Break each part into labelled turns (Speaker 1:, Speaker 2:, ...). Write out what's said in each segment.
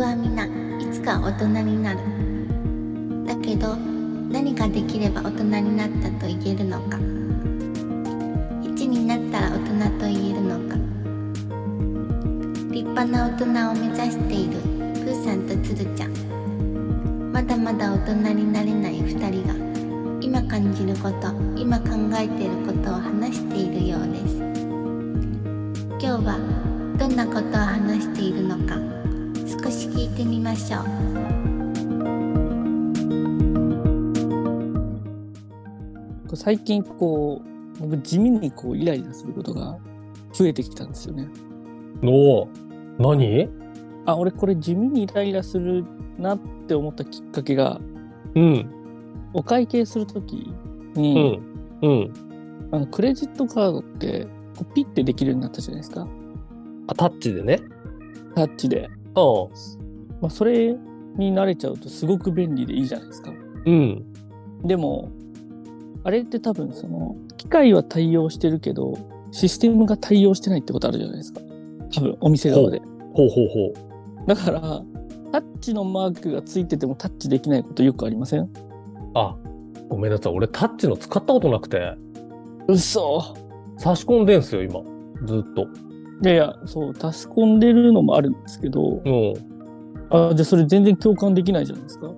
Speaker 1: はみんないつか大人になるだけど何ができれば大人になったと言えるのか1になったら大人と言えるのか立派な大人を目指しているプーさんとつるちゃんまだまだ大人になれない2人が今感じること今考えていることを話しているようです今日はどんなことを話しているのか少し聞いてみましょう
Speaker 2: 最近こう僕地味にこうイライラすることが増えてきたんですよね。
Speaker 3: おお何
Speaker 2: あ俺これ地味にイライラするなって思ったきっかけが
Speaker 3: うん
Speaker 2: お会計する時
Speaker 3: う
Speaker 2: に、
Speaker 3: んうん
Speaker 2: あのクレジットカードってこうピッてできるようになったじゃないですか
Speaker 3: あタッチでね
Speaker 2: タッチで、
Speaker 3: う
Speaker 2: まあ、それに慣れちゃうとすごく便利でいいじゃないですか
Speaker 3: んうん
Speaker 2: でもあれって多分その機械は対応してるけどシステムが対応してないってことあるじゃないですか多分お店側で
Speaker 3: ほうほうほ
Speaker 2: だからタッチのマークがついててもタッチできないことよくありません
Speaker 3: うあごめんなさい俺タッチの使ったことなくて
Speaker 2: 嘘
Speaker 3: 差し込んでんすよ今ずっと
Speaker 2: いやいやそう差し込んでるのもあるんですけど
Speaker 3: うん
Speaker 2: あじゃあそれ全然共感できないじゃないですか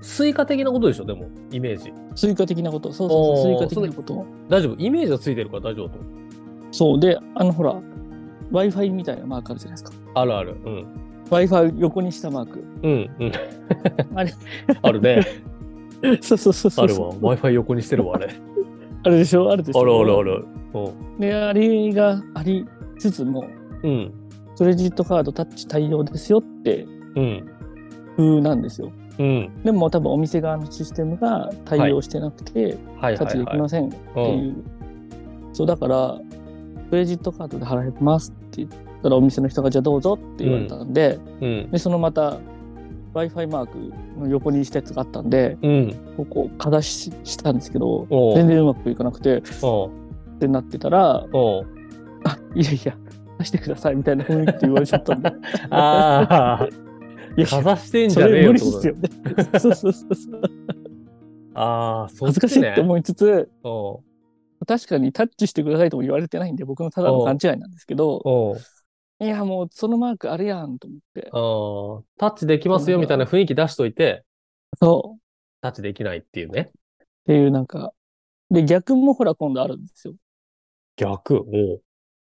Speaker 3: スイカ的なことでしょでもイメージ
Speaker 2: 追加的なことそうそうそう
Speaker 3: おー
Speaker 2: 追加的なこと
Speaker 3: 大丈夫イメージがついてるから大丈夫と思う
Speaker 2: そうであのほら w i f i みたいなマークあるじゃないですか
Speaker 3: あるあるうん
Speaker 2: w i f i 横にしたマーク
Speaker 3: うんうん
Speaker 2: あれ
Speaker 3: あるね
Speaker 2: そうそうそうそ
Speaker 3: あ
Speaker 2: う
Speaker 3: るわ w i f i 横にしてるわあれ ある
Speaker 2: あるでしょあるでしょ
Speaker 3: あるあるうん
Speaker 2: であれがありつつも
Speaker 3: うん
Speaker 2: クレジットカードタッチ対応ですよって
Speaker 3: うん
Speaker 2: 風なんですよ
Speaker 3: うん
Speaker 2: でも多分お店側のシステムが対応してなくて、
Speaker 3: はい
Speaker 2: タッ
Speaker 3: は
Speaker 2: チ
Speaker 3: い
Speaker 2: でき
Speaker 3: はい
Speaker 2: ませんっていう、
Speaker 3: うん
Speaker 2: そうだからクレジットカードで払えますって言ったらお店の人がじゃあどうぞって言われたんで、
Speaker 3: うん
Speaker 2: でそのまた w i f i マークの横にしたやつがあったんで
Speaker 3: うん
Speaker 2: ここかざししたんですけど
Speaker 3: おう
Speaker 2: 全然うまくいかなくて
Speaker 3: おう
Speaker 2: ってなってたら
Speaker 3: おう
Speaker 2: 「あいやいや出してください」みたいな雰囲気で言われちゃったん で
Speaker 3: ああ、
Speaker 2: いや
Speaker 3: かざしてんじ
Speaker 2: そ
Speaker 3: ゃねえ
Speaker 2: れ
Speaker 3: よ
Speaker 2: 無理
Speaker 3: ってこ
Speaker 2: で
Speaker 3: と
Speaker 2: す
Speaker 3: だ
Speaker 2: よね。そうそうそうそう
Speaker 3: ああ、そっ
Speaker 2: 恥ずかし
Speaker 3: ち
Speaker 2: いっ
Speaker 3: ね
Speaker 2: て。思いつつ
Speaker 3: おう
Speaker 2: 確かにタッチしてくださいとも言われてないんで僕のただの勘違いなんですけど
Speaker 3: おう
Speaker 2: いやもうそのマークあるやんと思って
Speaker 3: あータッチできますよみたいな雰囲気出しといて、
Speaker 2: そう
Speaker 3: タッチできないっていうね。
Speaker 2: っていうなんかで逆もほら今度あるんですよ
Speaker 3: 逆。おう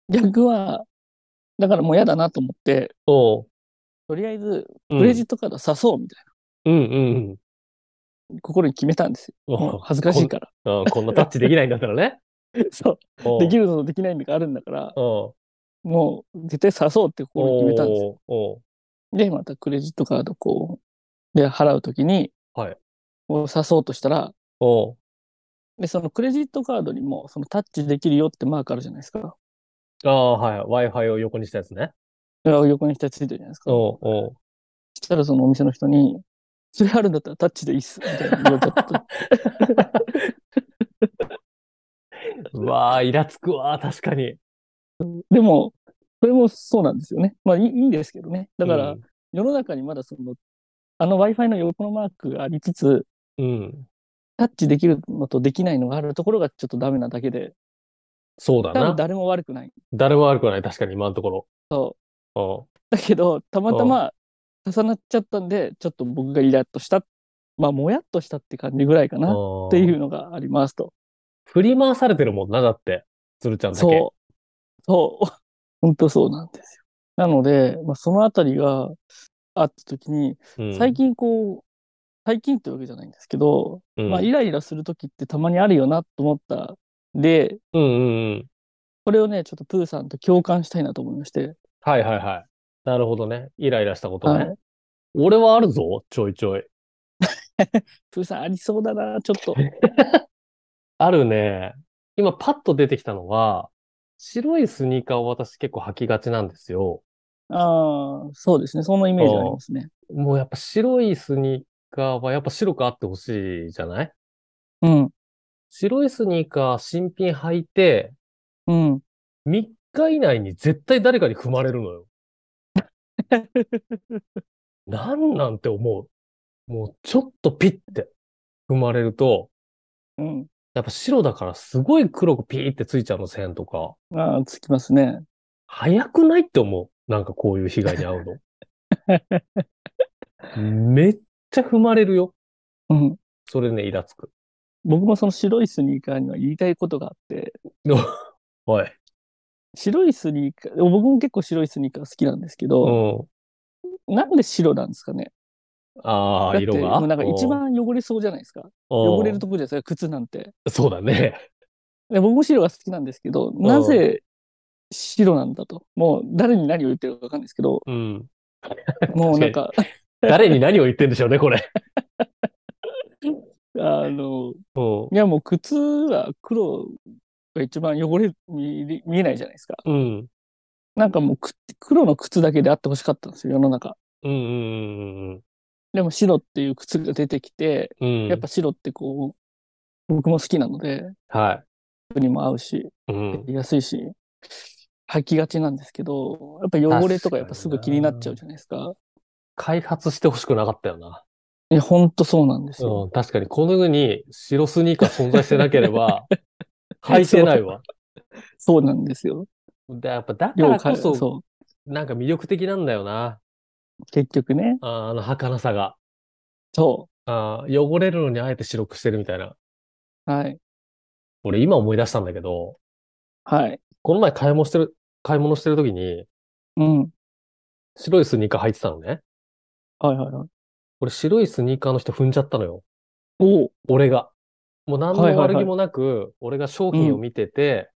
Speaker 2: 逆はだからもう嫌だなと思って
Speaker 3: おう
Speaker 2: とりあえず
Speaker 3: うん
Speaker 2: クレジットカードさそうみたい
Speaker 3: うんうん
Speaker 2: な、心に決めたんですよ
Speaker 3: うん。
Speaker 2: もう恥ずかしいから
Speaker 3: ら。うんこんなタッチできないんだったらね。
Speaker 2: そう で
Speaker 3: で
Speaker 2: き
Speaker 3: る。
Speaker 2: るのとできないのがあるんだから
Speaker 3: おう
Speaker 2: もう絶対さそうって心に決めたんですよ
Speaker 3: おうおう
Speaker 2: でまたクレジットカードこうで払うときに
Speaker 3: はい
Speaker 2: こうさそうとしたら
Speaker 3: おう
Speaker 2: で、そのクレジットカードにも、そのタッチできるよってマークあるじゃないですか。
Speaker 3: ああ、はい。Wi-Fi を横にしたやつね。
Speaker 2: 横に下ついてるじゃないですか。そ
Speaker 3: おうおう
Speaker 2: したらそのお店の人に、それあるんだったらタッチでいいっす。みたいな言われちゃった。
Speaker 3: うわあ、イラつくわー。確かに。
Speaker 2: でも、それもそうなんですよね。まあいいいいんですけどね。だから、
Speaker 3: うん
Speaker 2: 世の中にまだその、あの Wi-Fi の横のマークがありつつ、
Speaker 3: うん。
Speaker 2: タッチできるのとできないのがあるところがちょっとダメなだけで、
Speaker 3: そうだ
Speaker 2: 多分
Speaker 3: な。
Speaker 2: 誰も悪くない。
Speaker 3: 誰も悪くない。確かに今のとこ
Speaker 2: そ
Speaker 3: ろ。おう
Speaker 2: う。だけど、たまたま重なっちゃったんで、ちょっと僕がイラッとした。まあ、もやっとしたって感じぐらいかな。
Speaker 3: おう
Speaker 2: っていうのがありますと。
Speaker 3: 振り回されてるもんな、だって。つるちゃんだけ。
Speaker 2: そう。そう。 本当そうなんですよ。なので、まあ、そのあたりがあった時に、
Speaker 3: うん
Speaker 2: 最近こう、最近というわけじゃないんですけど、
Speaker 3: うん
Speaker 2: まあ、イライラする時ってたまにあるよなと思ったんで、
Speaker 3: うんうんうん。
Speaker 2: これをね、ちょっとプーさんと共感したいなと思いまして。
Speaker 3: はいはいはい。なるほどね。イライラしたこと
Speaker 2: は
Speaker 3: ね
Speaker 2: い。
Speaker 3: 俺はあるぞ、ちょいちょい。
Speaker 2: プーさんありそうだな、ちょっと。
Speaker 3: あるね。今パッと出てきたのは、白いスニーカーを私結構履きがちなんですよ。
Speaker 2: ああ、そうですね。そのイメージありますね。
Speaker 3: もうやっぱ白いスニーカーはやっぱ白くあってほしいじゃない
Speaker 2: うん。
Speaker 3: 白いスニーカー新品履いて、
Speaker 2: うん。
Speaker 3: 3日以内に絶対誰かに踏まれるのよ。なんなんて思う。もうちょっとピッて踏まれると、
Speaker 2: うん。
Speaker 3: やっぱ白だからすごい黒くピーってついちゃうの線とか、
Speaker 2: ああ、つきますね。
Speaker 3: 早くないって思う。なんかこういう被害に遭うの。 めっちゃ踏まれるよ。
Speaker 2: うん。
Speaker 3: それね、イラつく。
Speaker 2: 僕もその白いスニーカーには言いたいことがあって、
Speaker 3: おい。
Speaker 2: 白いスニーカー、僕も結構白いスニーカー好きなんですけ
Speaker 3: う
Speaker 2: ど、
Speaker 3: ん。
Speaker 2: なんで白なんですかねだ
Speaker 3: ああ、
Speaker 2: って
Speaker 3: 色が
Speaker 2: もうなんか一番汚れそうじゃないですか。汚れる。とこじゃないですか、靴なんて。
Speaker 3: うんそうだね。
Speaker 2: で僕も白が好きなんですけど、なぜ白なんだと。もう誰に何を言ってるかわかんないですけど、
Speaker 3: うん。
Speaker 2: もうなんか、
Speaker 3: 誰に何を言ってんでしょうね、これ。
Speaker 2: あの、
Speaker 3: うん
Speaker 2: いやもう靴は黒が一番汚れ見見えないじゃないですか。
Speaker 3: うん。
Speaker 2: なんかもうく黒の靴だけであってほしかったんですよ、世の中。
Speaker 3: うんうん
Speaker 2: でも白っていう靴が出てきて、
Speaker 3: うんうん。
Speaker 2: やっぱ白ってこう、僕も好きなので、
Speaker 3: ぱ、は
Speaker 2: 服にも合うし、
Speaker 3: い。うん。
Speaker 2: 安いし、履きがちなんですけど、やっぱ汚れとかやっぱすぐ気になっちゃうじゃないですか。
Speaker 3: 開発してほしくなかったよな。
Speaker 2: いや、ほんとそうなんですよ。
Speaker 3: うん、確かに、この世に白スニーカー存在してなけれ ば、履いてないわ。
Speaker 2: そうなんですよ。
Speaker 3: でやっぱ、だか
Speaker 2: 量
Speaker 3: ら
Speaker 2: か
Speaker 3: こそ、
Speaker 2: そ
Speaker 3: なんか魅力的なんだよな。
Speaker 2: う。結局ね。
Speaker 3: あーあの、儚さが。
Speaker 2: そ
Speaker 3: あー汚れるのにあえて白くしてるみたいな。
Speaker 2: う。はい。
Speaker 3: 俺、今思い出したんだけど、
Speaker 2: はい。
Speaker 3: この前買い物してる、買い物してる時に、
Speaker 2: うん。
Speaker 3: 白いスニーカー履いてたのね。
Speaker 2: はいはいはい。
Speaker 3: 俺、白いスニーカーの人踏んじゃったのよ。
Speaker 2: おう。
Speaker 3: 俺が。もう何の
Speaker 2: はいはいはい
Speaker 3: 悪気もなく、俺が商品を見てて、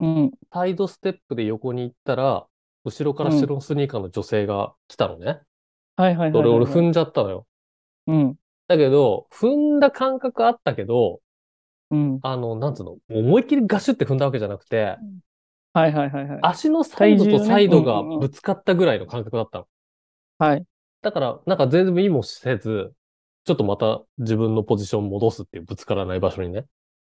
Speaker 2: うん。
Speaker 3: サイドステップで横に行ったら、後ろから白スニーカーの女性が来たのね。
Speaker 2: はいはいはいはい、
Speaker 3: 俺、俺踏んじゃったのよ。
Speaker 2: うん。
Speaker 3: だけど、踏んだ感覚あったけど、
Speaker 2: うん。
Speaker 3: あの、なんつうの、思いっきりガシュって踏んだわけじゃなくて、
Speaker 2: はいはいはいはい。
Speaker 3: 足のサイド
Speaker 2: 体重
Speaker 3: と
Speaker 2: ね
Speaker 3: サイドが
Speaker 2: うんうんうん
Speaker 3: ぶつかったぐらいの感覚だったの。
Speaker 2: はい。
Speaker 3: だから、なんか全然意もせず、ちょっとまた自分のポジション戻すっていうぶつからない場所にね。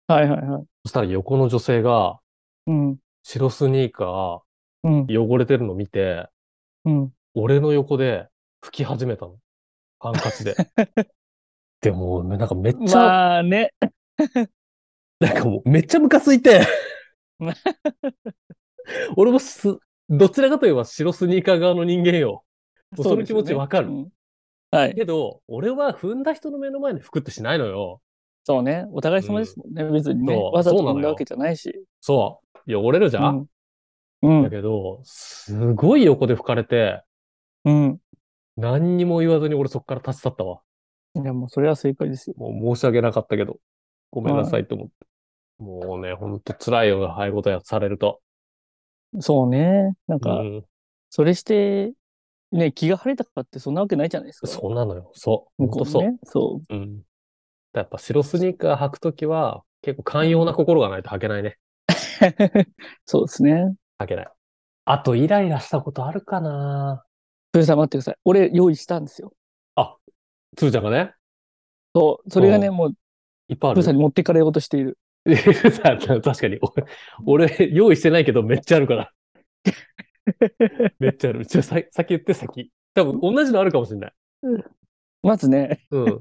Speaker 2: はいはいはい。
Speaker 3: そしたら横の女性が、
Speaker 2: うん。
Speaker 3: 白スニーカ
Speaker 2: うん。
Speaker 3: ー汚れてるの見て、
Speaker 2: うん。
Speaker 3: 俺の横で吹き始めたの。ハンカ チで。でも、なんかめっちゃ、
Speaker 2: まあね。
Speaker 3: なんかもうめっちゃムカつ いて俺もす、どちらかといえば白スニーカー側の人間よ。もうその気持ちわかる
Speaker 2: そうですよねうんはい。
Speaker 3: けど、俺は踏んだ人の目の前で服ってしないのよ。
Speaker 2: そうね。お互い様ですもんね。別にね。
Speaker 3: そう
Speaker 2: わざと
Speaker 3: そうな
Speaker 2: 踏
Speaker 3: の
Speaker 2: ん
Speaker 3: よ
Speaker 2: だわけじゃないし。
Speaker 3: そう。汚れるじゃん、
Speaker 2: うん。う
Speaker 3: だ
Speaker 2: ん。
Speaker 3: けど、すごい横で吹かれて、
Speaker 2: うん。
Speaker 3: 何にも言わずに俺そっから立ち去ったわ。
Speaker 2: いや、もうそれは正解ですよ。
Speaker 3: もう申し訳なかったけど、ごめんなさいと思って。もうね、ほんと辛いよ、ああいうことやされると。
Speaker 2: そうね。なん
Speaker 3: う
Speaker 2: か、
Speaker 3: ん、
Speaker 2: それして、ね、気が晴れたかってそんなわけないじゃないですか。
Speaker 3: そうなのよ。そう。
Speaker 2: 向
Speaker 3: ほん
Speaker 2: ことう
Speaker 3: そう
Speaker 2: も。ね。そ
Speaker 3: うん。やっぱ白スニーカー履くときは、結構寛容な心がないと履けないね。
Speaker 2: う。 そうですね。
Speaker 3: 履けない。あと、イライラしたことあるかな
Speaker 2: プーさん待ってください。俺用意したんですよ。
Speaker 3: つるちゃんがね、
Speaker 2: そう。それがね、
Speaker 3: お
Speaker 2: もう、
Speaker 3: いっぱいあ
Speaker 2: プー
Speaker 3: る。
Speaker 2: さんに持ってかれようとしている。
Speaker 3: 確かに。俺、俺用意してないけど、めっちゃある から。めっちゃある。ちょ、さ先言って、先。多分、同じのあるかもしれない。
Speaker 2: まずね、
Speaker 3: うん。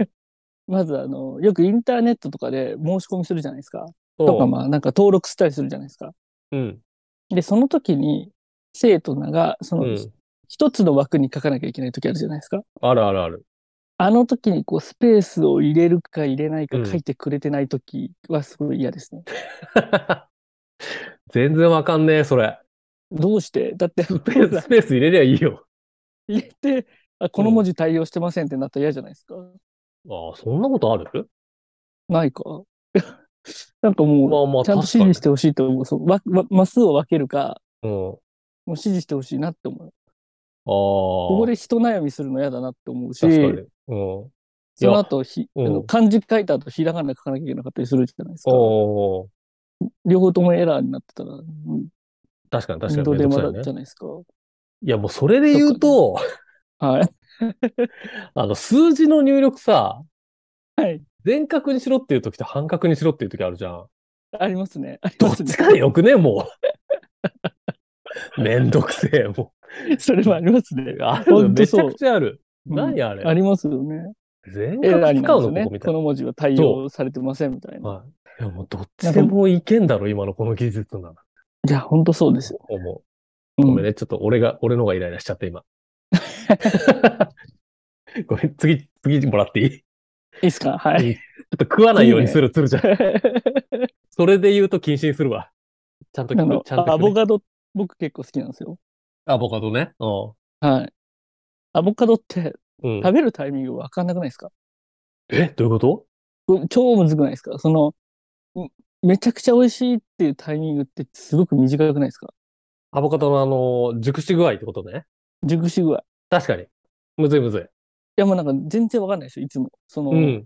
Speaker 2: まずあの、よくインターネットとかで申し込みするじゃないですか。とか、まあ、なんか登録したりするじゃないですか。
Speaker 3: うん。
Speaker 2: で、その時に、生徒らが、そうの、
Speaker 3: ん。
Speaker 2: 一つの枠に書かなきゃいけない時あるじゃないですか。
Speaker 3: あるあるあ る。
Speaker 2: あの時に、こう、スペースを入れるか入れないか
Speaker 3: うん
Speaker 2: 書いてくれてない時はすごい嫌ですね。
Speaker 3: 全然わかんねえ、それ。
Speaker 2: どうしてだって、
Speaker 3: スペース、スペース入れりゃい いよ。
Speaker 2: 入れて、あ、この文字対応してませんってなったら嫌じゃないですか。
Speaker 3: ああ、そんなことある
Speaker 2: ないか。 なんかも
Speaker 3: まあまあ、
Speaker 2: う、ちゃんと
Speaker 3: 確
Speaker 2: 指
Speaker 3: か
Speaker 2: 示
Speaker 3: に
Speaker 2: し。てほしいと思う。そう、わ、わ、マスを分けるか、
Speaker 3: うん。
Speaker 2: もう指示してほしいなって思う。
Speaker 3: ああ。こ
Speaker 2: ここで人悩みするの嫌だなって思うし、
Speaker 3: 確かに。うん。
Speaker 2: その後ひ、
Speaker 3: うん
Speaker 2: あの漢字書いた後、ひらがな書かなきゃいけなかったりするじゃないですか。
Speaker 3: おー
Speaker 2: 両方ともエラーになってたら、
Speaker 3: 確かに確か
Speaker 2: 二
Speaker 3: に
Speaker 2: 度
Speaker 3: めん
Speaker 2: 手
Speaker 3: どく
Speaker 2: 間
Speaker 3: さ
Speaker 2: だ
Speaker 3: いね
Speaker 2: じ。ゃないですか。
Speaker 3: いや、もうそれで言うと、
Speaker 2: はい。
Speaker 3: あの、数字の入力さ、
Speaker 2: はい。
Speaker 3: 全角にしろっていう時と半角にしろっていう時あるじゃん。
Speaker 2: ありますね。あり
Speaker 3: ど
Speaker 2: ま
Speaker 3: っ
Speaker 2: すね
Speaker 3: ちかでよくね、もう。めんどくせえ、も
Speaker 2: それもありますね
Speaker 3: う。。ある
Speaker 2: ほん
Speaker 3: め
Speaker 2: と
Speaker 3: ち
Speaker 2: そう
Speaker 3: ゃくちゃある。何あれ、
Speaker 2: ありますよね。
Speaker 3: 全
Speaker 2: エラー
Speaker 3: 額
Speaker 2: にな
Speaker 3: 使
Speaker 2: る
Speaker 3: うん
Speaker 2: です
Speaker 3: の
Speaker 2: よね。
Speaker 3: ここみた
Speaker 2: こ
Speaker 3: い
Speaker 2: の文字は対応されてませんみたい
Speaker 3: な。
Speaker 2: な。
Speaker 3: はい。いや、もうどっちでもいけんだろ、今のこの技術なら。
Speaker 2: いや、ほんとそうですよ。
Speaker 3: 思
Speaker 2: う
Speaker 3: う。
Speaker 2: ん
Speaker 3: ごめんね、ちょっと俺が、俺の方がイライラしちゃ って、今。ごめん、次、次もらってい いち
Speaker 2: いいっすかはいい。
Speaker 3: ょっと食わないようにするつるじゃん。
Speaker 2: あ
Speaker 3: それで言うと禁止にするわ。ちゃんと聞
Speaker 2: の
Speaker 3: く、ちゃんと聞くね
Speaker 2: アボカド、僕結構好きなんですよ。
Speaker 3: アボカドね。う
Speaker 2: はい。アボカドって
Speaker 3: ん。うん
Speaker 2: 食べるタイミングわかんなくないですか
Speaker 3: え、どういうこと
Speaker 2: これ超むずくないですかその、んめちゃくちゃ美味しいっていうタイミングってすごく短くないですか
Speaker 3: アボカドのあの、熟し具合ってことね。
Speaker 2: 熟し具合。い
Speaker 3: 確かに。むずいむずい。
Speaker 2: や、もうなんか全然わかんないですよ、いつも。その、
Speaker 3: うん。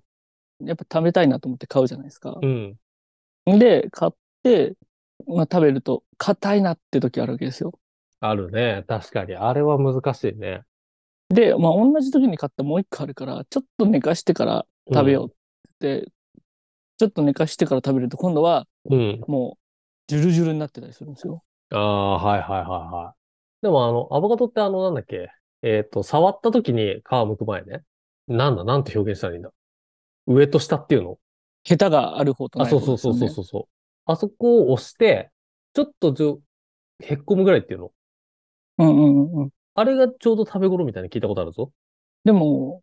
Speaker 2: やっぱ食べたいなと思って買うじゃないですか。
Speaker 3: うん。
Speaker 2: で、買って、まあ食べると、硬いなって時あるわけですよ。
Speaker 3: あるね。確かに。あれは難しいね。
Speaker 2: で、まあ同じ時に買ったもう一個あるから、ちょっと寝かしてから食べようって、ちょっと寝かしてから食べると、今度は
Speaker 3: うん。うん。
Speaker 2: もう、ジュルジュルになってたりするんですよ。
Speaker 3: ああ、はいはいはいはい。でもあの、アボカドってあの、なんだっけ。えっと、触った時に皮剥く前ね。なんだ、なんて表現したらいいんだ。上と下っていうの
Speaker 2: ヘタがある方と
Speaker 3: あ、
Speaker 2: ない
Speaker 3: そ
Speaker 2: 方
Speaker 3: うそう
Speaker 2: です
Speaker 3: そ
Speaker 2: よね
Speaker 3: うそうそうそう。あそこを押して、ちょっとじょ、へっこむぐらいっていうの。
Speaker 2: うんうんうんうん。
Speaker 3: あれがちょうど食べ頃みたいに聞いたことあるぞ。
Speaker 2: でも、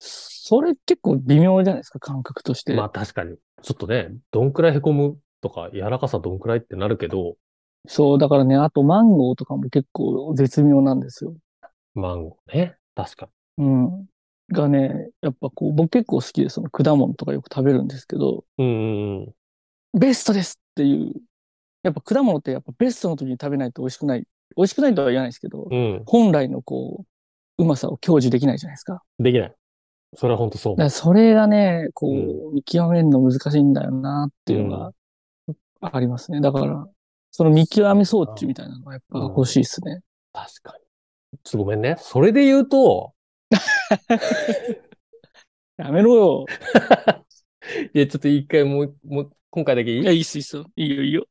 Speaker 2: それ結構微妙じゃないですか、感覚として。
Speaker 3: まあ確かに。ちょっとね、どんくらいへこむとか、柔らかさどんくらいってなるけど、
Speaker 2: そう、だからね、あとマンゴーとかも結構絶妙なんですよ。
Speaker 3: マンゴーね。確か
Speaker 2: うん。がね、やっぱこう、僕結構好きで、その果物とかよく食べるんですけど、
Speaker 3: に。うんうんうん。
Speaker 2: ベストですっていう。やっぱ果物ってやっぱベストの時に食べないと美味しくない。美味しくないとは言わないですけど、
Speaker 3: うん。
Speaker 2: 本来のこう、うまさを享受できないじゃないですか。
Speaker 3: できない。それは本当そう
Speaker 2: だか
Speaker 3: 思う。
Speaker 2: らそれがね、こう、見極めるの難しいんだよなっていうのがありますね。だから、その見極め装置みたいなのがやっぱ欲しいですね。
Speaker 3: 確かに。ちょっとごめんね。それで言うと、
Speaker 2: やめろよ。
Speaker 3: いや、ちょっと一回もう、もう、今回だけい
Speaker 2: い
Speaker 3: い
Speaker 2: や、いいっす、いいっすよ。いいよ、いいよ。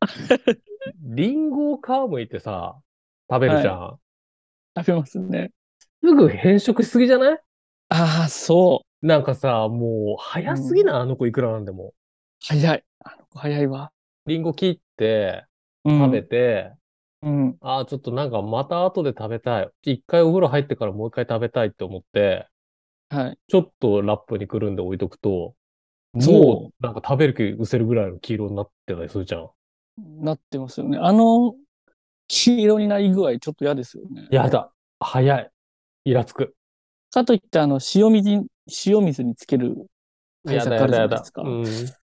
Speaker 3: リンゴを皮むいてさ、食べるじゃん。
Speaker 2: 食べますね。
Speaker 3: すぐ変色しすぎじゃない
Speaker 2: ああ、そう。
Speaker 3: なんかさ、もう、早すぎない、あの子いくらなんでも。
Speaker 2: 早い。あの子早いわ。
Speaker 3: リンゴ切って、
Speaker 2: うん
Speaker 3: 食べて、
Speaker 2: うん。
Speaker 3: ああ、ちょっとなんかまた後で食べたい。一回お風呂入ってからもう一回食べたいって思って、
Speaker 2: はい。
Speaker 3: ちょっとラップにくるんで置いとくと、も
Speaker 2: そう
Speaker 3: なんか食べる気失せるぐらいの黄色になってたりするじゃん。
Speaker 2: なってますよね。あの、黄色になり具合、ちょっと嫌ですよね。
Speaker 3: やだ。早い。イラつく。
Speaker 2: かといって、あの、塩水に、塩水につける対策あるじゃないですか。
Speaker 3: うん。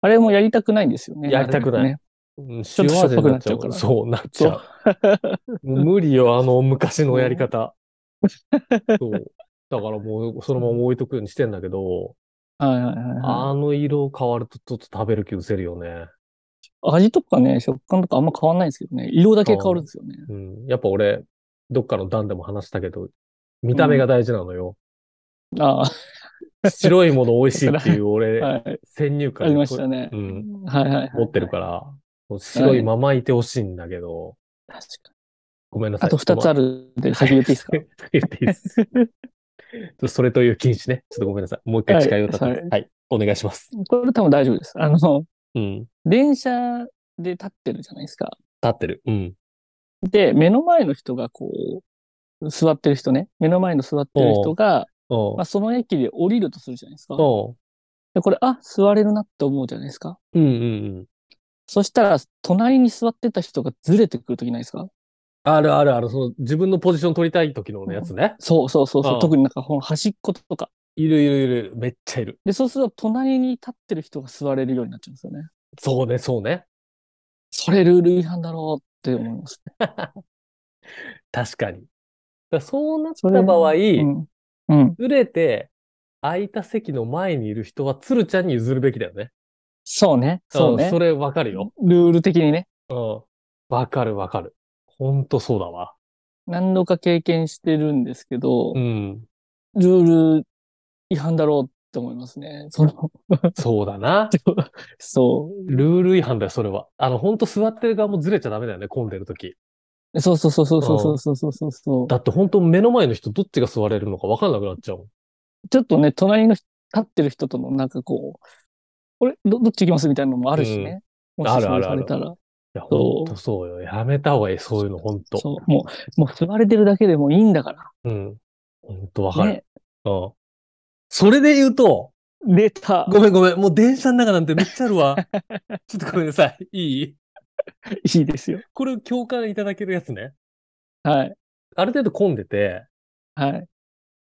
Speaker 2: あれもやりたくないんですよね。
Speaker 3: やりたくない
Speaker 2: る
Speaker 3: うん
Speaker 2: ちょっとしょっぱくなっちゃうから
Speaker 3: 塩味になっちゃうそう、なっち
Speaker 2: べ
Speaker 3: ゃう。
Speaker 2: くね。
Speaker 3: 無理よ、あの昔のやり方。そう。だからもうそのまま置いとくようにしてんだけど、
Speaker 2: はいはいはいは
Speaker 3: あの色変わるとちょっと食べる気失せるよね。
Speaker 2: い。味とかね、食感とかあんま変わんないんですけどね。色だけ変わるんですよね。
Speaker 3: うん。やっぱ俺、どっかの段でも話したけど、見た目が大事なのよ。
Speaker 2: あ
Speaker 3: 白いもの美味しいっていう俺、
Speaker 2: あ、はい。
Speaker 3: 先入
Speaker 2: あ
Speaker 3: 観
Speaker 2: り
Speaker 3: に
Speaker 2: ましたね
Speaker 3: う。ん、
Speaker 2: はいはいはい。
Speaker 3: 持ってるから、白いままいてほしいんだけど、
Speaker 2: 確かに
Speaker 3: ごめんなさい。
Speaker 2: あと2つあるんで、先言っていいで すか
Speaker 3: 言っていいです。 ちょっとそれという禁止ね。ちょっとごめんなさい。もう一回誓いを立てます。
Speaker 2: はい
Speaker 3: はい。お願いします。
Speaker 2: これ多分大丈夫です。あの、
Speaker 3: うん。
Speaker 2: 電車で立ってるじゃないですか。
Speaker 3: 立ってる。うん。
Speaker 2: で、目の前の人がこう、座ってる人ね、目の前の座ってる人が、
Speaker 3: おう
Speaker 2: まあ、その駅で降りるとするじゃないですか。
Speaker 3: おう
Speaker 2: で、これ、あ、座れるなって思うじゃないですか。
Speaker 3: うんうんうん。
Speaker 2: そしたら、隣に座ってた人がずれてくるときないですか
Speaker 3: あるあるある。その自分のポジション取りたい時のやつね。
Speaker 2: そうそうそうそう、
Speaker 3: うん
Speaker 2: 特になんかこの端っことか。
Speaker 3: いるいるいる。めっちゃいる。
Speaker 2: で、そうすると、隣に立ってる人が座れるようになっちゃうんですよね。
Speaker 3: そうね、そうね。
Speaker 2: それルール違反だろうって思いますね。
Speaker 3: 確かに。だからそうなっ
Speaker 2: そ
Speaker 3: た場合、
Speaker 2: うん。うん。
Speaker 3: ずれて、空いた席の前にいる人は、つるちゃんに譲るべきだよね。
Speaker 2: そうね。そうんね
Speaker 3: そ。れわかるよ。
Speaker 2: ルール的にね。
Speaker 3: うん。わかるわかる。ほんとそうだわ。
Speaker 2: 何度か経験してるんですけど、
Speaker 3: うん。
Speaker 2: ルール違反だろうって思いますね。その、
Speaker 3: そうだな。
Speaker 2: そ
Speaker 3: ルール違反だよ、それは。あの、ほんと座ってる側もずれちゃダメだよね、混んでる時。
Speaker 2: う。そうそうそうそうそうそうそうそうそう。
Speaker 3: だって本当目の前の人どっちが座れるのか分かんなくなっちゃうもん。
Speaker 2: ちょっとね、隣の人立ってる人とのなんかこう、これ、どどっち行きますみたいなのもあるしね。もし
Speaker 3: あるある
Speaker 2: そうされたら。
Speaker 3: いや、
Speaker 2: そう
Speaker 3: ほんとそうよ。やめた方がいい、そういうの、ほんと。
Speaker 2: そう。もう、もう座れてるだけでもいいんだか
Speaker 3: うん。ほんとわ
Speaker 2: ら。
Speaker 3: かる、
Speaker 2: ね。
Speaker 3: うん。それで言うと、
Speaker 2: 出た。
Speaker 3: ごめんごめん、もう電車の中なんてめっちゃあるわ。 ちょっとごめんなさい。いい
Speaker 2: いいですよ。
Speaker 3: これ共感いただけるやつね。
Speaker 2: はい。
Speaker 3: ある程度混んでて、
Speaker 2: はい。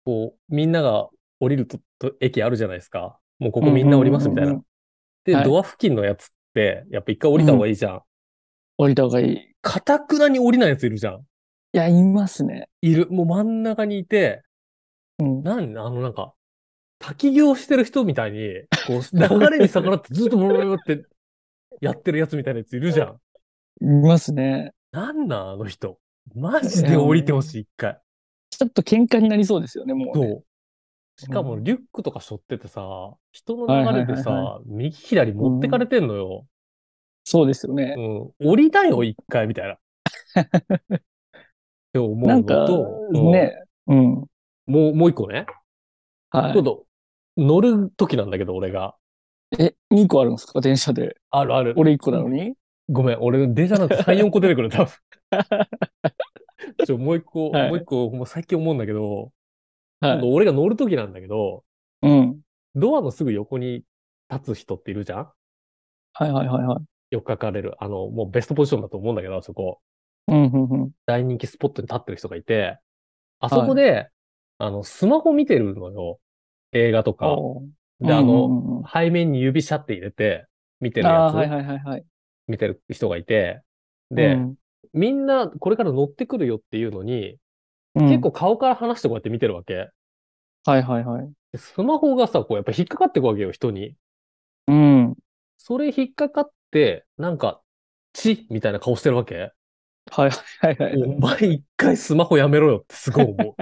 Speaker 3: こう、みんなが降りると、と駅あるじゃないですか。もうここみんな降りますみたい
Speaker 2: うん
Speaker 3: な
Speaker 2: うんうんうん。。
Speaker 3: で、
Speaker 2: はい
Speaker 3: ドア付近のやつって、やっぱ一回降りた方がいいじゃん。
Speaker 2: 降りた方がいい。い
Speaker 3: かたくなに降りないやついるじゃん。
Speaker 2: や、いますね。
Speaker 3: いる。もう真ん中にいて、
Speaker 2: うん。
Speaker 3: なん、あのなんか、滝行してる人みたいに、こ う、流れに逆らってずっとブルブルブルってやってるやつみたいなやついるじゃん。
Speaker 2: いますね。
Speaker 3: なんなん、あの人。マジで降りてほしい、一回。
Speaker 2: ちょっと喧嘩になりそうですよね、もう
Speaker 3: そ
Speaker 2: ね、
Speaker 3: う。しかもリュックとか背負っててさ、人
Speaker 2: はいは
Speaker 3: の
Speaker 2: い
Speaker 3: 流
Speaker 2: はい
Speaker 3: れでさ、右左持ってかれてんのよ。
Speaker 2: そうですよね
Speaker 3: う。ん。降りだよ、一回、みたいな。って思う
Speaker 2: な
Speaker 3: の
Speaker 2: んか
Speaker 3: と、、うん
Speaker 2: ね。うん。
Speaker 3: もう、もう一個ね。
Speaker 2: は
Speaker 3: 今度、乗る時なんだけど、俺が。
Speaker 2: い。え、2個あるんですか電車で。
Speaker 3: あるある。
Speaker 2: 俺1個なの に、
Speaker 3: ごめん、俺、電車なん て3、4個出てくる、多分。ちょ、もう一個、
Speaker 2: はい
Speaker 3: もう一個、もう最近思うんだけど、
Speaker 2: は
Speaker 3: 今
Speaker 2: い。
Speaker 3: 度俺が乗る時なんだけど、
Speaker 2: うん。
Speaker 3: ドアのすぐ横に立つ人っているじゃん
Speaker 2: はいはいはいはい。
Speaker 3: よく書かれる。あの、もうベストポジションだと思うんだけど、あそこ。
Speaker 2: うんうんうん。
Speaker 3: 大人気スポットに立ってる人がいて、あそこで、あの、スマホ見てるのよ。映画とか。
Speaker 2: おー
Speaker 3: で、あ
Speaker 2: う
Speaker 3: の、
Speaker 2: んうんうん
Speaker 3: 背面に指シャって入れて、見てる
Speaker 2: あ
Speaker 3: や
Speaker 2: ー
Speaker 3: つ、
Speaker 2: はいはいはいはい。
Speaker 3: 見てる人がいて、で、
Speaker 2: うん
Speaker 3: みんなこれから乗ってくるよっていうのに、
Speaker 2: うん
Speaker 3: 結構顔から離してこうやって見てるわけ。
Speaker 2: はいはいはい。
Speaker 3: でスマホがさ、こうやっぱ引っかかってくわけよ、人に。
Speaker 2: うん。
Speaker 3: それ引っかかって、なんか、チッみたいな顔してるわけ。
Speaker 2: はいはいはい。
Speaker 3: お前一回スマホやめろよってすごい 思う。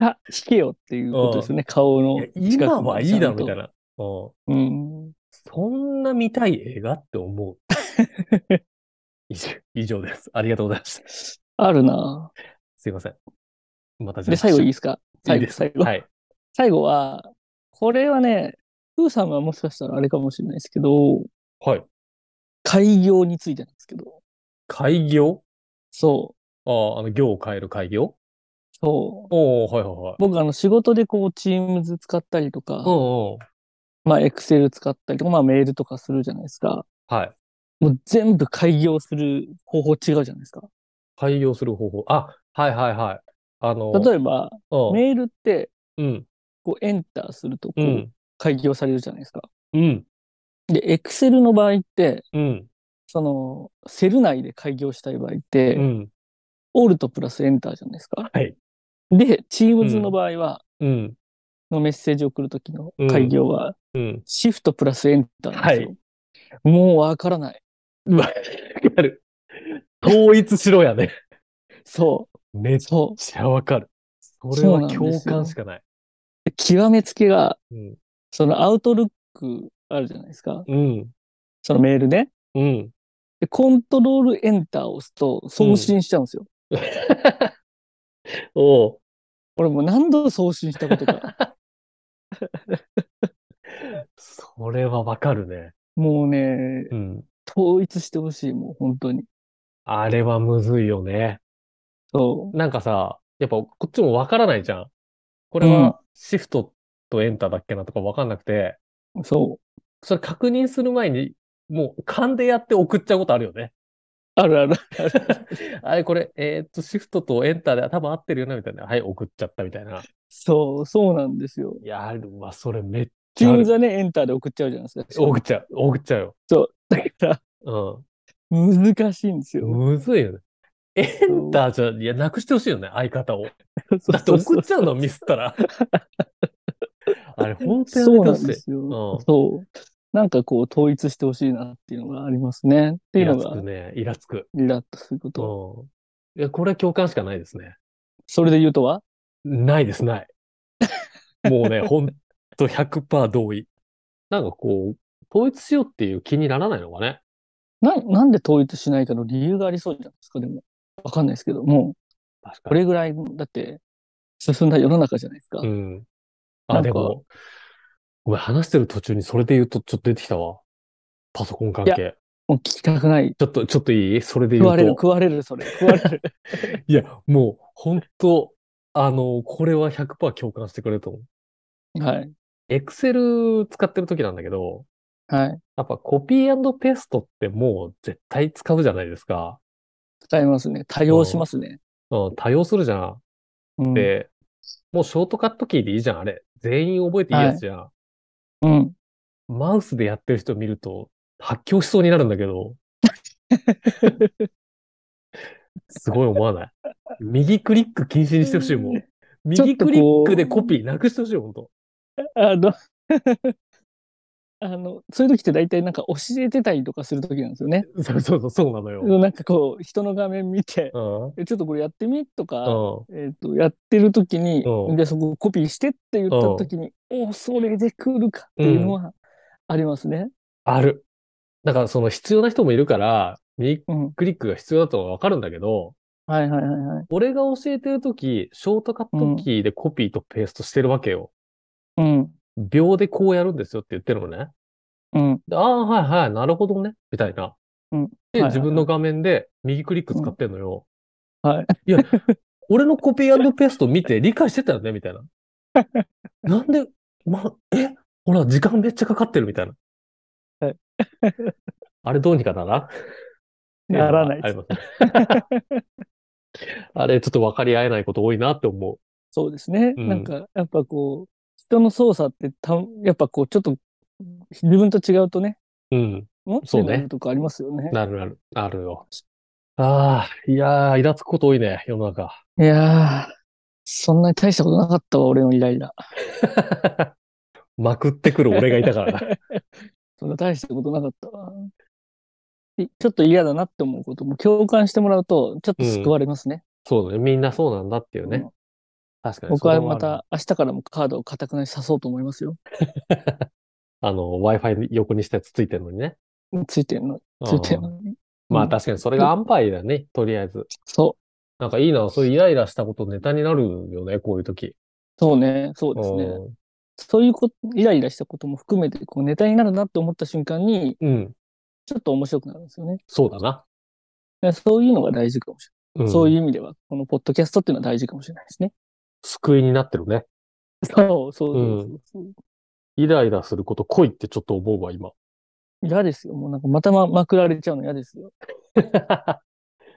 Speaker 2: あ、引けよっていうことですね。顔の
Speaker 3: い
Speaker 2: 近
Speaker 3: や
Speaker 2: くに
Speaker 3: 今はいいだろ、み
Speaker 2: ち
Speaker 3: た
Speaker 2: ゃ
Speaker 3: い
Speaker 2: んと。
Speaker 3: な。うん
Speaker 2: うん。
Speaker 3: そんな見たい映画っ て思う。以上以上です。ありがとうございました。
Speaker 2: あるなぁ
Speaker 3: すいません。またじゃあ。
Speaker 2: で、最後いい
Speaker 3: い
Speaker 2: ですか最後、
Speaker 3: です
Speaker 2: 最後。
Speaker 3: はい。
Speaker 2: 最後は、これはね、プーさんはもしかしたらあれかもしれないですけど、
Speaker 3: はい。
Speaker 2: 開業についてなんですけど、
Speaker 3: 開業
Speaker 2: そう、
Speaker 3: ああ、あの、行を変える開業
Speaker 2: そう。
Speaker 3: おおはいはいはい。
Speaker 2: 僕、あの、仕事でこう、チームズ使ったりとか、
Speaker 3: うんうん。
Speaker 2: まあ、エクセル使ったりとか、まあ、メールとかするじゃないですか。
Speaker 3: はい。
Speaker 2: もう全部開業する方法違うじゃないですか。
Speaker 3: 開業する方法。あ、はいはいはい。あの、
Speaker 2: 例えば、
Speaker 3: うん
Speaker 2: メールって、
Speaker 3: うん。
Speaker 2: こう、エンターすると、こ
Speaker 3: う
Speaker 2: う、
Speaker 3: ん。
Speaker 2: 開業されるじゃないですか。
Speaker 3: うん。
Speaker 2: で、エクセルの場合って、
Speaker 3: うん。
Speaker 2: その、セル内で開業したい場合っ
Speaker 3: う
Speaker 2: て、
Speaker 3: ん。
Speaker 2: オールトプラスエンターじゃないですか。
Speaker 3: はい。
Speaker 2: で、Teams の場合は、
Speaker 3: うん。
Speaker 2: のメッセージを送るときの開業は、
Speaker 3: うん。
Speaker 2: シフトプラスエンターなんですよ。もうわからない。
Speaker 3: わかる。統一しろ やね。
Speaker 2: そう、
Speaker 3: めっ
Speaker 2: そ
Speaker 3: ちゃわかる。それ
Speaker 2: そう
Speaker 3: は
Speaker 2: なんですよ
Speaker 3: 共感しかない。
Speaker 2: う。極めつけが、
Speaker 3: うん。
Speaker 2: そのアウトルックあるじゃないですか。
Speaker 3: うん。
Speaker 2: そのメールね。
Speaker 3: うん。
Speaker 2: で、コントロールエンターを押すと送信しちゃうんですよ。
Speaker 3: おう
Speaker 2: 俺もう何度送信したことか。
Speaker 3: それはわかるね。
Speaker 2: もうね、
Speaker 3: うん。
Speaker 2: 統一してほしい、もう本当に。
Speaker 3: あれはむずいよね。
Speaker 2: そ
Speaker 3: なんかさ、やっぱこっちもわからないじゃん。これはシフトとエンターだっけなとかわかんなくて、
Speaker 2: う、そう。
Speaker 3: それ確認する前に、もう勘でやって送っちゃうことあるよね。
Speaker 2: あるある。
Speaker 3: あれこれ、えーっと、シフトとエンターで多分合ってるよな、みたいな。はい、送っちゃったみたいな。
Speaker 2: そう、そうなんですよ。
Speaker 3: いや、あるわ、それめっちゃある
Speaker 2: Teams はね、エンターで送っちゃうじゃないですか。
Speaker 3: 送っちゃう、送っちゃう
Speaker 2: そう。だから、
Speaker 3: よ。
Speaker 2: 難しいんです
Speaker 3: う
Speaker 2: よ。
Speaker 3: ん。むずいよね。エンターじゃ、いや、なくしてほしいよね、相方を。だって送っちゃうの、ミスっ たら。あれ、ほんとや
Speaker 2: そう
Speaker 3: め
Speaker 2: な
Speaker 3: てほ
Speaker 2: ん
Speaker 3: しい
Speaker 2: で。すよ。
Speaker 3: うん
Speaker 2: そう。なんかこう、統一してほしいなっていうのがありますね。って
Speaker 3: イ
Speaker 2: いう
Speaker 3: ラ
Speaker 2: の
Speaker 3: つく
Speaker 2: が、
Speaker 3: ね、イラつく。
Speaker 2: リラッとすること。
Speaker 3: うん。いや、これは共感しかないですね。
Speaker 2: それで言うとは
Speaker 3: ないです、ない。 もうね、ほんと100%同意。なんかこう、統一しようっていう気にならないのかね。
Speaker 2: な、なんで統一しないかの理由がありそうじゃないですか、でも。わかんないですけど、もう、
Speaker 3: 確か
Speaker 2: こ
Speaker 3: に。
Speaker 2: れぐらい、だって、進んだ世の中じゃないですか。
Speaker 3: うん。
Speaker 2: な
Speaker 3: あ、
Speaker 2: んか
Speaker 3: でも、ごめん、話してる途中にそれで言うとちょっと出てきたわ。パソコン関
Speaker 2: い
Speaker 3: 係。
Speaker 2: もう聞きたくない。
Speaker 3: ちょっと、ちょっといいそれで
Speaker 2: 食
Speaker 3: 言う
Speaker 2: われる、
Speaker 3: と。
Speaker 2: 食われる、それ。食われ る。
Speaker 3: いや、もう、本当あの、これは100%共感してくれると思う。
Speaker 2: はい。
Speaker 3: エクセル使ってる時なんだけど、
Speaker 2: はい。
Speaker 3: やっぱコピーペーストってもう絶対使うじゃないですか。
Speaker 2: 使いますね。多用しますね。
Speaker 3: うん、多用するじゃん。
Speaker 2: うん。
Speaker 3: で、もうショートカットキーでいいじゃん、あれ。全員覚えていいやつじゃん。
Speaker 2: うん。
Speaker 3: マウスでやってる人見ると、発狂しそうになるんだけど。すごい思わない。右クリック禁止にしてほしいもん。
Speaker 2: ちょっ
Speaker 3: 右
Speaker 2: とこう
Speaker 3: クリックでコピーなくしてほしいよ、ほんと。
Speaker 2: あの、 あの、そういう時って大体なんか教えてたりとかする時なんですよね。
Speaker 3: そうそうそう、そうなのよ。
Speaker 2: なんかこう、人の画面見て、
Speaker 3: うん。うん。
Speaker 2: えちょっとこれやってみとか、
Speaker 3: そ
Speaker 2: えっと、やってる時に
Speaker 3: う、ん
Speaker 2: で、そこコピーしてって言った時に、お、それで来るかっていうのはありますね。
Speaker 3: ある。だからその必要な人もいるから、右
Speaker 2: うん。
Speaker 3: クリックが必要だとはわかるんだけど、
Speaker 2: はいはいはいはい。
Speaker 3: 俺が教えてるとき、ショートカットキーでコピーとペーストしてるわけよ。
Speaker 2: うん。
Speaker 3: 秒でこうやるんですよって言ってるのね。
Speaker 2: うん。
Speaker 3: でああ、はいはい、なるほどね、みたいな。
Speaker 2: うんはいはい
Speaker 3: で、
Speaker 2: はい
Speaker 3: 自分の画面で右クリック使ってんのよ。
Speaker 2: はい。
Speaker 3: いや、俺のコピーペースト見て理解してたよね、みたいな。 なんで、ま、えほら、時間めっちゃかかってるみたいな
Speaker 2: はい。
Speaker 3: あれどうにかなら
Speaker 2: ならないで
Speaker 3: あり
Speaker 2: す。
Speaker 3: ますね あれ、ちょっと分かり合えないこと多いなって思う。
Speaker 2: そうですね。
Speaker 3: うん
Speaker 2: なんか、やっぱこう、人の操作ってた、やっぱこう、ちょっと、自分と違うとね、
Speaker 3: うん。
Speaker 2: もっ
Speaker 3: そ
Speaker 2: と
Speaker 3: うね
Speaker 2: なるとこありますよね。
Speaker 3: なるなる。あるよ。ああ、いやー、イラつくこと多いね、世の中。
Speaker 2: いやー、そんなに大したことなかったわ、俺のイライラ。
Speaker 3: まくってくる俺がいたからな。
Speaker 2: そんな大したことなかったわ。いちょっと嫌だなって思うことも共感してもらうと、ちょっと救われますね。
Speaker 3: そうだね。みんなそうなんだっていうね。
Speaker 2: うん
Speaker 3: 確かに。
Speaker 2: 僕は
Speaker 3: それあ
Speaker 2: ま
Speaker 3: る
Speaker 2: た明日からもカードを固くなに刺そうと思いますよ。
Speaker 3: あの、Wi-Fi 横にしたやつついてるのにね。
Speaker 2: ついてるの、ついてるのに。
Speaker 3: ま
Speaker 2: う
Speaker 3: あ
Speaker 2: ん
Speaker 3: 確かにそれがアンパイだね、とりあえず。
Speaker 2: そう、
Speaker 3: なんかいいな、そういうイライラしたことネタになるよね、こういう時。
Speaker 2: そうね、そうですね。そういうこと、イライラしたことも含めて、こうネタになるなって思った瞬間に、
Speaker 3: うん。うん。
Speaker 2: ちょっと面白くなるんですよね。
Speaker 3: そうだな。
Speaker 2: でそういうのが大事かもしれない。そういう
Speaker 3: う
Speaker 2: 意味では、このポッドキャストっていうのは大事かもしれないです ね。
Speaker 3: ん。救いになってるね。
Speaker 2: そうそうそうそう
Speaker 3: イライラすること来いってちょっと思うわ、 今。
Speaker 2: 嫌ですよ。もうなんかまたままくられちゃうの嫌ですよ。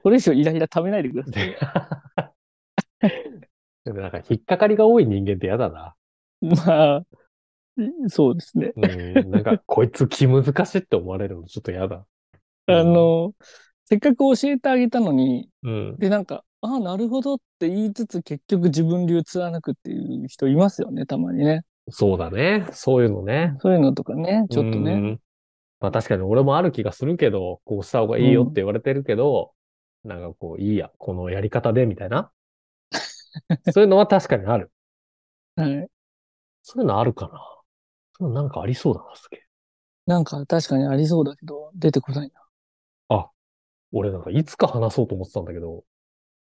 Speaker 2: これ以上イライラ溜めないでください。
Speaker 3: でもなんか引っかかりが多い人間って嫌だな。
Speaker 2: まあ、いそうですね。
Speaker 3: うん。なんか、こいつ気難しいって思われるのちょっと嫌だ。うん
Speaker 2: あの、せっかく教えてあげたのに、
Speaker 3: うん。
Speaker 2: で、なんか、ああ、なるほどって言いつつ、結局自分流貫くっていう人いますよね、たまにね。
Speaker 3: そうだね。そういうのね。
Speaker 2: そういうのとかね、ちょっと
Speaker 3: う
Speaker 2: ね。
Speaker 3: んまあ確かに俺もある気がするけど、こうした方がいいよって言われてるけど、なんかこう、いいや、このやり方で、みたい な。そういうのは確かにある。
Speaker 2: はい。
Speaker 3: そういうのあるかな。そういうのなんかありそうだな、すげえ。
Speaker 2: なんか確かにありそうだけど、出てこないな。
Speaker 3: 俺なんかいつか話そうと思ってたんだけど、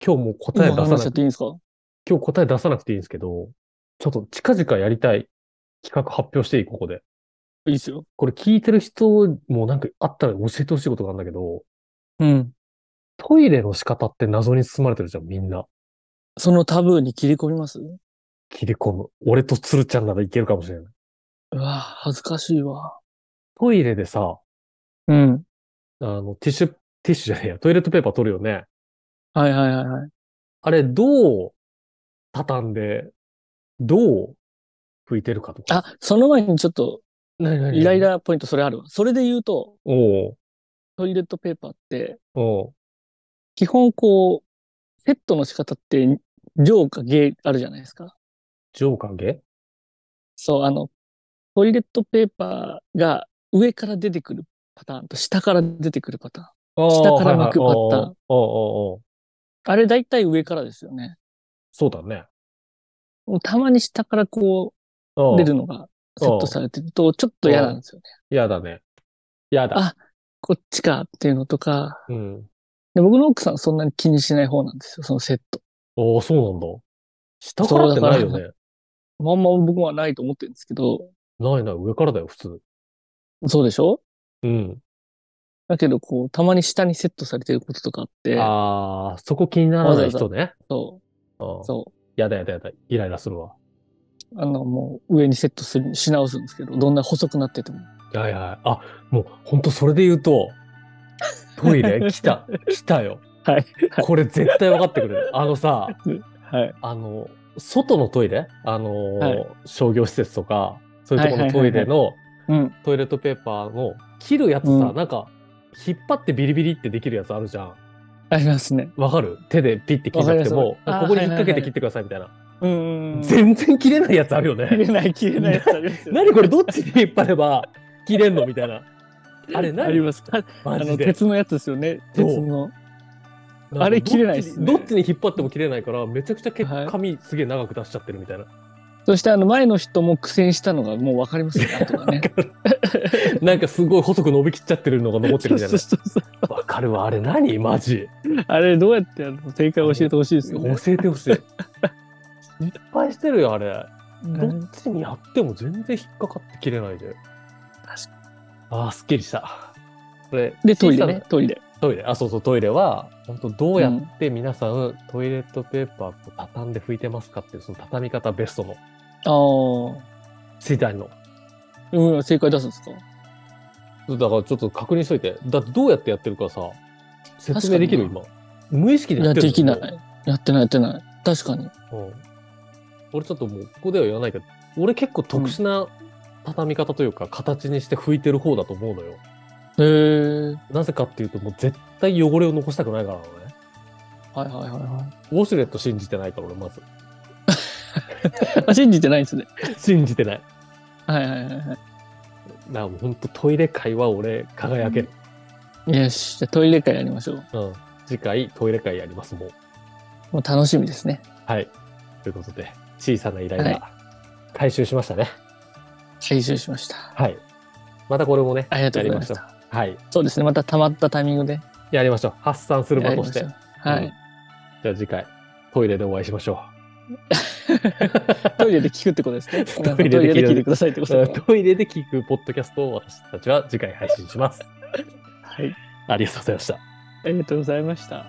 Speaker 3: 今日もう答え出
Speaker 2: 今話し
Speaker 3: さ
Speaker 2: ちゃ
Speaker 3: な
Speaker 2: っ
Speaker 3: く、
Speaker 2: ていいんですか
Speaker 3: 今日答え出さなくていいんですけど、ちょっと近々やりたい企画発表していい、ここで。
Speaker 2: いいですよ。
Speaker 3: これ聞いてる人もなんかあったら教えてほしいことがあるんだけど、
Speaker 2: うん。
Speaker 3: トイレの仕方って謎に包まれてるじゃん、みんな。
Speaker 2: そのタブーに切り込みますう
Speaker 3: 切り込む。俺と鶴ちゃんならいけるかもしれない。
Speaker 2: わあ恥ずかしいわ。
Speaker 3: トイレでさ、
Speaker 2: うん。
Speaker 3: あの、ティッシュ、ティッシュじゃねえや、トイレットペーパー取るよね。
Speaker 2: はいはいはいはい。
Speaker 3: あれ、どう畳んで、どう拭いてるかとか。
Speaker 2: あ、その前にちょっと、
Speaker 3: なにな
Speaker 2: イライ。ラポイントそれあるわ。それで言うと、
Speaker 3: おう
Speaker 2: トイレットペーパーって、
Speaker 3: おう
Speaker 2: 基本こう、セットの仕方って、上か下あるじゃないですか。
Speaker 3: 上下下
Speaker 2: そう、あの、トイレットペーパーが上から出てくるパターンと下から出てくるパターン。下から巻くパターン
Speaker 3: おうおうおうおう
Speaker 2: あれ大体上からですよね。
Speaker 3: そうだね。
Speaker 2: もうたまに下からこ
Speaker 3: お
Speaker 2: う
Speaker 3: う
Speaker 2: 出るのがセットされてるとちょっと嫌なんですよね。
Speaker 3: やだね。やだ。
Speaker 2: あこっちかっていうのとか。
Speaker 3: うん。
Speaker 2: で僕の奥さんそんなに気にしない方なんですよ、そのセット。
Speaker 3: おおそうなんだ。下からってないよね。
Speaker 2: まんま僕はないと思ってるんですけど、
Speaker 3: ないない、上からだよ、普通。
Speaker 2: そうでしょ
Speaker 3: うん。
Speaker 2: だけど、こう、たまに下にセットされてることとかあって、
Speaker 3: ああ、そこ気にならない人ね。
Speaker 2: そ
Speaker 3: うん
Speaker 2: う、そ
Speaker 3: やだやだやだ、イライラするわ。
Speaker 2: う。あの、もう、上にセットする、し直すんですけど、どんな細くなってても。
Speaker 3: はいはい。あ、もう、ほんとそれで言 うと、トイレ来た、来たよ。
Speaker 2: はい。
Speaker 3: これ絶対分かってくれる。あのさ、
Speaker 2: はい。
Speaker 3: あの、外のトイレあの、
Speaker 2: はい
Speaker 3: 商業施設とか、そういうところのトイレの
Speaker 2: うん。
Speaker 3: トイレットペーパーの切るやつさ、
Speaker 2: うん
Speaker 3: なんか、引っ張ってビリビリってできるやつあるじゃん。
Speaker 2: ありますね。
Speaker 3: わかる手でピッて切んなくても
Speaker 2: わ、かります
Speaker 3: ここに引っ掛けて切ってくださいみたいな。全然切れないやつあるよ
Speaker 2: 切れ
Speaker 3: ね。
Speaker 2: ない、切れないやつありますよね。
Speaker 3: 何これどっちに引っ張れば切れんのみたいな。あれ何
Speaker 2: ありますかあ
Speaker 3: マジ
Speaker 2: の、
Speaker 3: で。
Speaker 2: 鉄のやつですよね。
Speaker 3: そう
Speaker 2: 鉄の。
Speaker 3: なんか
Speaker 2: あれ切れないっすね
Speaker 3: どっちにどっちに引っ張っても切れないから、めちゃくちゃけ
Speaker 2: はい
Speaker 3: 髪すげえ長く出しちゃってるみたいな。
Speaker 2: そして、あの、前の人も苦戦したのがもうわかりますね。 後がね。
Speaker 3: なんかすごい細く伸びきっちゃってるのが残ってるみた い
Speaker 2: そうそうそうそう
Speaker 3: な。わかるわ、あれ何マジ。
Speaker 2: あれ、どうやってやるの正解を教えてほしいですよね。
Speaker 3: 教えてほし い。失敗してるよ、あれ。どっちにやっても全然引っかかって切れないで。
Speaker 2: 確
Speaker 3: かああ、すっきりした。これ
Speaker 2: で、トイレ。
Speaker 3: 小
Speaker 2: ね
Speaker 3: さ。
Speaker 2: トイレ。
Speaker 3: なトイレ。あ、そうそう、トイレは、本当どうやって皆さん、トイレットペーパーと畳んで拭いてますかっていう、その畳み方ベストの、
Speaker 2: ああ。
Speaker 3: 知りたいの。
Speaker 2: うん、正解出すんですか
Speaker 3: だからちょっと確認しといて。だってどうやってやってるかさ、説明できる
Speaker 2: 確
Speaker 3: 今。無意識で
Speaker 2: い
Speaker 3: や
Speaker 2: や、
Speaker 3: ってる
Speaker 2: できな
Speaker 3: も
Speaker 2: い。やってない、やってない。確かに。
Speaker 3: ううん俺ちょっともうここでは言わないけど、俺結構特殊な畳み方というか、形にして拭いてる方だと思うのよ。
Speaker 2: へえ。
Speaker 3: なぜかっていうと、もう絶対汚れを残したくないからなのね。
Speaker 2: はいはいはいは
Speaker 3: ウォシュレット信じてないから、俺まず。
Speaker 2: い。あ、信じてないんですね。
Speaker 3: 信じてない。
Speaker 2: はいはいはいは
Speaker 3: だからもうほんとトイレ界は俺輝ける。
Speaker 2: い。よし、じゃあトイレ会やりましょう。
Speaker 3: うん。次回トイレ界やります、もう。
Speaker 2: もう楽しみですね。
Speaker 3: はい。ということで、小さな依頼
Speaker 2: は
Speaker 3: が回収しましたね。
Speaker 2: 回収しました。
Speaker 3: はい。またこれもね、
Speaker 2: ありがと
Speaker 3: や
Speaker 2: うご
Speaker 3: り
Speaker 2: ざい
Speaker 3: ま
Speaker 2: ま
Speaker 3: しょ
Speaker 2: し
Speaker 3: う
Speaker 2: た。。
Speaker 3: はい。
Speaker 2: そうですね。また溜まったタイミングで
Speaker 3: やりましょう。発散する
Speaker 2: や
Speaker 3: 場
Speaker 2: り
Speaker 3: と
Speaker 2: ま
Speaker 3: し
Speaker 2: しょ
Speaker 3: て。
Speaker 2: う。は
Speaker 3: うん
Speaker 2: い。
Speaker 3: じゃあ次回、トイレでお会いしましょ
Speaker 2: トイレで聞くってことですね。皆さん
Speaker 3: ト
Speaker 2: ト
Speaker 3: イ
Speaker 2: イ
Speaker 3: レ
Speaker 2: レ
Speaker 3: で聞いて
Speaker 2: で聞いてくださいってこ
Speaker 3: う。
Speaker 2: とですね。
Speaker 3: トイレで聞くポッドキャストを私たちは次回配信します。
Speaker 2: はい。
Speaker 3: ありがとうございました。
Speaker 2: ありがとうございました。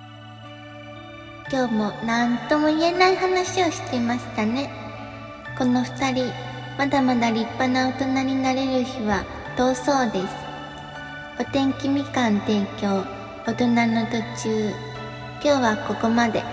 Speaker 1: 今日も何とも言えない話をしてましたねこの2人まだまだ立派な大人になれる日は遠そうですお天気みかん提供大人の途中今日はここまで